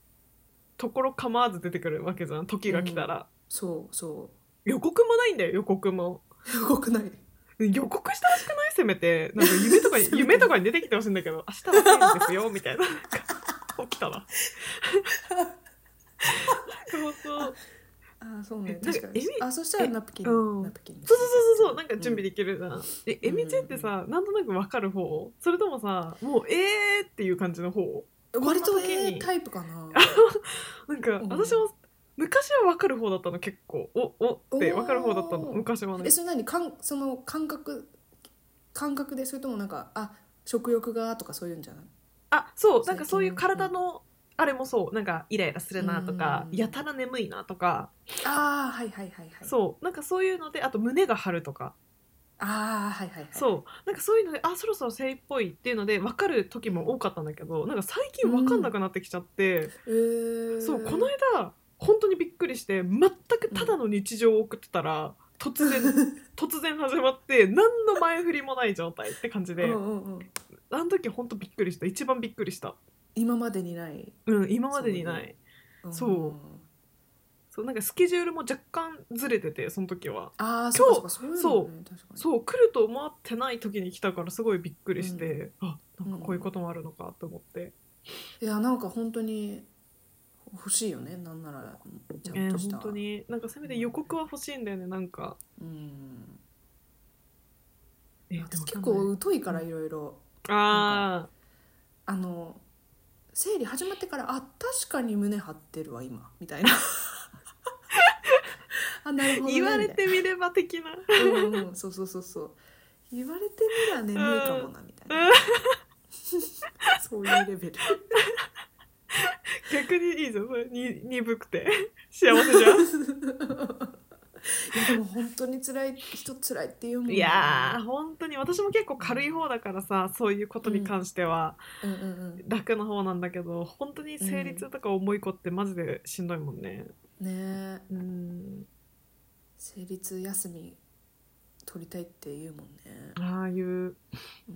ところ構わず出てくるわけじゃん時が来たら、
そうそ
予告もないんだよ予告も
う動くない
予告してほしくないせめてなんか夢と
*laughs*
かに夢とかに出てきてほしいんだけど明日は生理ですよみたいななん *laughs* か起きたわそうそう
ああそうね
えなん
確
か
かに
エミ
あそしたらナプキン、
うん
ナプキン
そうそうそうそうなんか準備
で、
できるじゃん、えエミちゃんってさなんとなくわかる方それともさもうえーっていう感じの方
うん割と
こんな時
A
に
タイプかな
なんか
うん
私も昔はわかる方だったの結構おおってわかる方だったの
おー
昔はね
えそれ何かんその感覚感覚でそれともなんかあ食欲がとかそういうんじゃない
あそうなん
最
か
近
そういう体のあれもそうなんかイライラするなとか
うん
やたら眠いなとか
ああはいはいはいはい
そうなんかそういうのであと胸が張るとか
ああはいはいはい
そうなんかそういうのであそろそろ生理っぽいっていうので分かる時も多かったんだけどなんか最近分かんなくなってきちゃって、
えー、
そうこの間本当にびっくりして全くただの日常を送ってたら、
*laughs*
突然突然始まって何の前振りもない状態って感じで、
うんうんうん、
あの時本当びっくりした一番びっくりした
今までにない、
うん今までにない
うん
そうそうなんかスケジュールも若干ずれててその時は
ああ
今日
そうかそうかそういうのね確かに
そう来ると思ってない時に来たからすごいびっくりして、あなんかこういうこともあるのかと思って、
いやなんか本当に欲しいよねなんならちゃ
え
ん
ー
とした、
本当になんかせめて予告は欲しいんだよねなんか、
うん
えーで
私
も
結
わ
構疎いからいろいろ
かんないあ
あの生理始まってからあ確かに胸張ってるわ今みたいな *laughs* あなるほ
ー
どね
言われ
みたい
てみれば的 *laughs* な
なうんうんそうそうそうそう言われてみりゃ眠いかもなみたいな、 *laughs* そういうレベル
*laughs* 逆にいいぞそれに鈍くて幸せじゃん
いやでも本当に辛い人辛いっていうもんね
いやー本当に私も結構軽い方だからさそういうことに関しては
うんうんうん
楽な方なんだけど本当に生理痛とか重い子ってマジでしんどいもんね。
ねえ
うん
生理痛休み取りたいって言うもんね、
ああいう
うん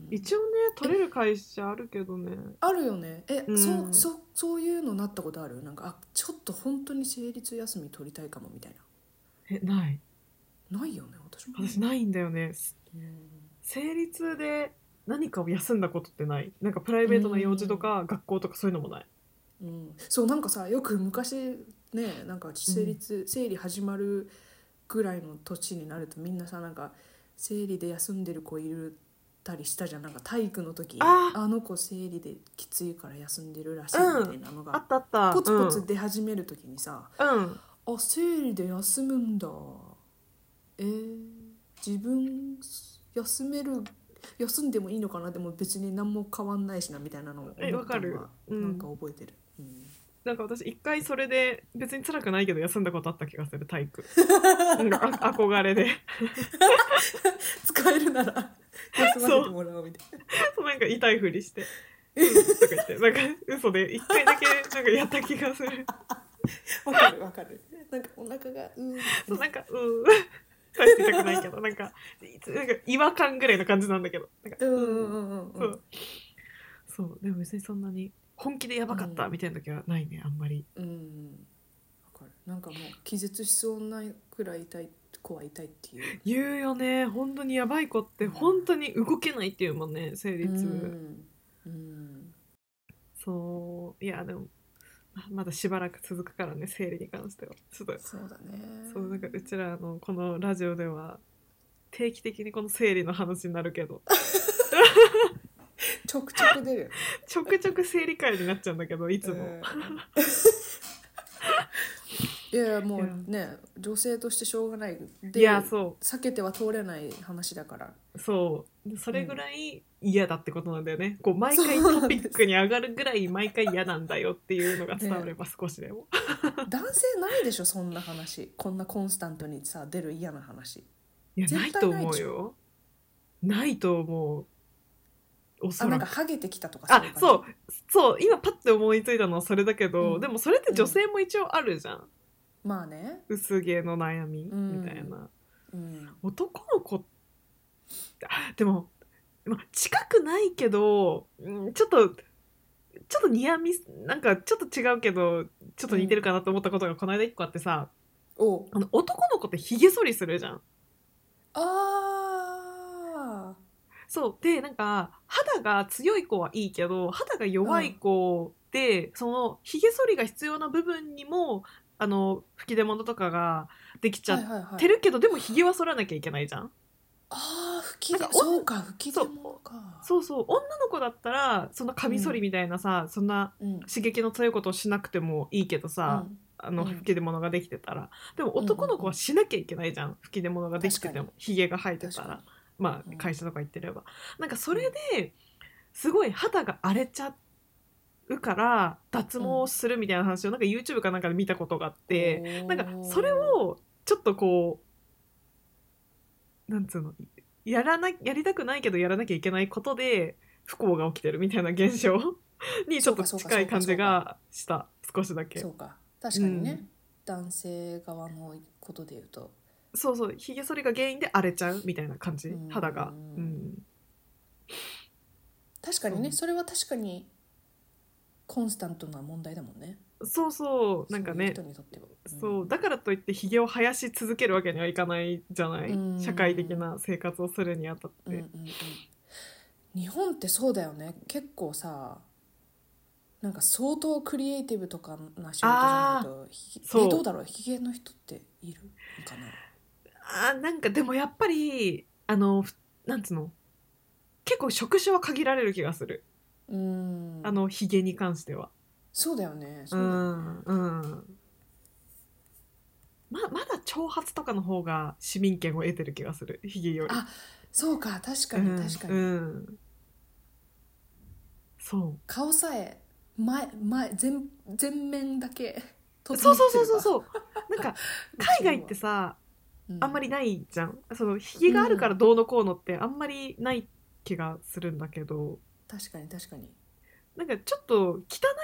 一応ね取れる会社あるけどね
あるよねえ、
うん
そうそそういうのなったことあるなんかあちょっと本当に生理痛休み取りたいかもみたい
えない
なないよね私も
私ないんだよね
うん
生理痛で何かを休んだことってないなんかプライベートな用事とか学校とかそういうのもない
うん、そうなんかさよく昔ねなんか生理痛、生理始まるぐらいの年になるとみんなさなんか生理で休んでる子いるたりしたじゃんなんか体育の時
あー
の子生理できついから休んでるらしい
うん
みたいなの
あ
が、
ったあった
ポツポツ出始める時にさ、
うん、うん
あ生理で休むんだえー、自分休める休んでもいいのかなでも別に何も変わんないしなみたいなのを思った
え
の
わかる
は
うん
なんか覚えてる、うん
なんか私一回それで別に辛くないけど休んだことあった気がする体 *laughs* 育なんかあ憧れで *laughs*
使えるなら休ませてもらおうみたい
そうなんか痛いふりして「うん」とか言ってなんか嘘で一回だけなんかやった気がす
な
る
わかるわかるなんかお腹がうーん
そうなんか「うーん」 *laughs* 大して痛くないけどなんかいつなんか違和感ぐらいの感じなんだけどなんか
うんうんうんうん
そ
うん
うそうでも別にそんなに本気でやばかったみたいな時はないねあんまり
うんわかるなんかもう気絶しそうなくらい痛い子は痛いっていう
言うよね本当にやばい子って本当に動けないっていうもんね生理
う
痛、
ん、うん、
そういやでもままだしばらく続くからね生理に関してはちょっと
そうだね
そうなんかうちらのこのラジオでは定期的にこの生理の話になるけ *laughs* ど
ちょくちょく出る
ちょくちょく生理会になっちゃうんだけどいつも、
うん *laughs* いやもうね女性としてしょうがないで
いやそ
避けては通れない話だから
うそうでそれぐらい嫌だってことなんだよねこう毎回トピックに上がるぐらい毎回嫌なんだよっていうのが伝われば少しでも、
男性ないでしょそんな話こんなコンスタントにさ出る嫌な話
いやない
絶対
と
ない
思
で
う
し
よないと思うお
あ
そ
な
ら
ん
く
かハゲてきたとか
あそううそう今パッて思いついたのはそれだけど、
うん
でもそれって女性も一応あるじゃん、
まあね
薄毛の悩み
うん
みたいな、
うん
男の子ってあでも、ま、近くないけど、うん、ちょっとちょっとニアミスなんかちょっと違うけどちょっと似てるかなと思ったことがこの間一個あってさ、
お
あの男の子ってひげ剃りするじゃん。
あ
そうでなんか肌が強い子はいいけど肌が弱い子で、そのひげ剃りが必要な部分にもあの吹き出物とかができち
ー
ゃ
はい
っ
はいは
て
い
るけど、でもひげは剃らなきゃいけないじゃん。
あー吹き出
なんかお
そうか吹き出物か
そうそう女の子だったらそんなカミソリみたいなさ、そんな
うん
刺激の強いことをしなくてもいいけどさ、
うん
あの
うん
吹き出物ができてたらでも男の子はしなきゃいけないじゃん吹き出物ができててもひげが生えてた
確からに
ま
う
あ
ん
会社とか行ってれば、なんかそれですごい肌が荒れちゃうから脱毛するみたいな話をなんか YouTube かなんかで見たことがあって、なんかそれをちょっとこうなんつうのやらなやりたくないけどやらなきゃいけないことで不幸が起きてるみたいな
*laughs*
現象にちょっと
そうかそうか
近い感じがした少しだけ
そうか確かにね、男性側のことで言うと
そうそうひげ剃りが原因で荒れちゃうみたいな感じ
うん
肌が、
うん
うん、
確かに
そう
ねそれは確かにコンスタントな問題だもんね
そうそうなんかね
そういう人にとっては、うん
そうだからといってひげを生やし続けるわけにはいかないじゃない、
うん
社会的な生活をするにあたっ
うんうん
て、
うん、日本ってそうだよね結構さなんか相当クリエイティブとかな仕事じゃないとひげ
そう
えどうだろうひげの人っているのかな
あーなんかでもやっぱりあのふなんつうの結構職種は限られる気がする、
うん
あのひげに関しては
そうだよね
う
そうだよね
んうんままだ長髪とかの方が市民権を得てる気がするひげより
あそうか確かに確かに、
うんうんそう
顔さえ前前全全面だけ
そうそうそうそう
う *laughs*
そうなんか海外ってさ
うん
あんまりないじゃんそのひげがあるからどうのこうのってあんまりない気がするんだけど
確かに確かに
なんかちょっと汚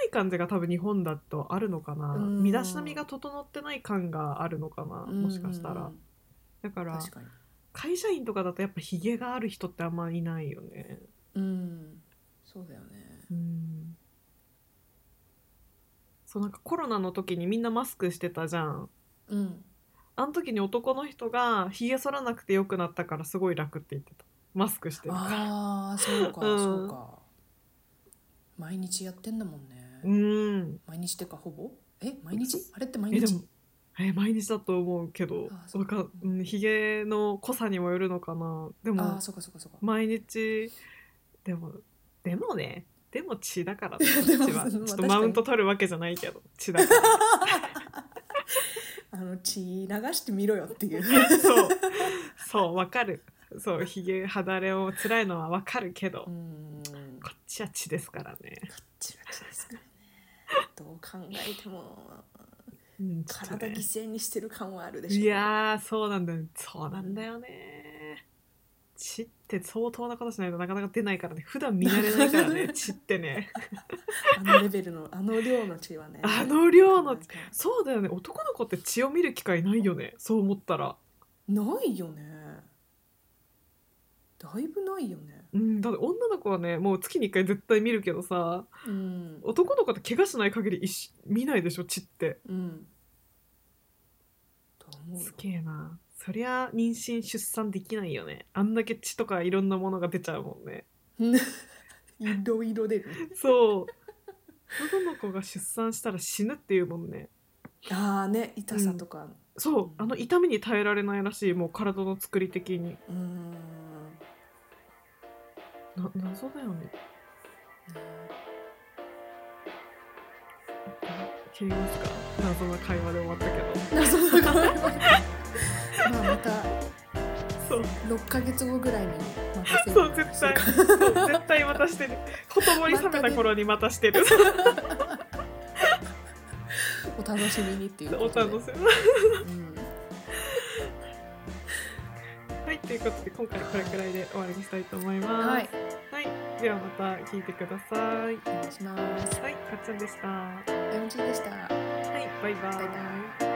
い感じが多分日本だとあるのかな
うん
身だしなみが整ってない感があるのかなもしかした
うんう
ら
ん
だか
うん
ら
確かに
会社員とかだとやっぱひげがある人ってあんまいないよね
うんそうだよね
うんそうなんかコロナの時にみんなマスクしてたじゃん
うん
あの時に男の人がひげ剃らなくてよくなったからすごい楽って言ってたマスクしてるから
ああそうか、
うん
そうか毎日やってんだもんね、
うん
毎日ってかほぼえ毎日あれって毎
えで
日
もえ毎日だと思うけど
あそう
わかうんひげの濃さにもよるのかなで
あ
も
あそうかそうかそうか
毎日でもでもねでも血だからね
いや
血
*laughs* でもま
は
あ
ちょっ
確
と
かに
マウント取るわけじゃないけど血だから
あの血流してみろよっていう *laughs*
そうそうわかるそうひげ肌荒れを辛いのはわかるけど、
うんこ
こっちは血ですからね、
っちが血ですからねどう考えても
うんちょっと
体
ね
犠牲にしてる感はあるでしょ
いやーそうなんだよそうなんだよね血って相当なことしないとなかなか出ないからね普段見慣れないか
*laughs*
らね血ってね
あのレベルのあの量の血はね
あの量の
なか
そうだよね男の子って血を見る機会ないよねそう思ったら
なかないよねだいぶないよね
うんだって女の子はねもう月に1回絶対見るけどさ
うん
男の子って怪我しない限り一見ないでしょ血って
うんと思うよ
すげえなそりゃ妊娠出産できないよねあんだけ血とかいろんなものが出ちゃうもんね
いろいろ出る *laughs*
そう男の子が出産したら死ぬっていうもんね
ああね痛さとか
そう、
うん
あの痛みに耐えられないらしいもう体の作り的に
うーん
な謎だよね切りますか謎な会話で終わったけ
謎の顔 *laughs* まあまた
どそう
6ヶ月後ぐらいにまたセミナ
そ
ーし
う絶
よう
対
か
そう絶対またしてるほとぼり冷めた頃にまたして *laughs* る、
お楽しみにっていう
お
ことで
楽しみ
うん
はいということで今回これくらいで終わりにしたいと思います
はい、
はい、ではまた聞いてくだ
お
さい
願いします
はいかっちゃんでしたは
エムジーでした
いバイバ
バイバ
イ
イ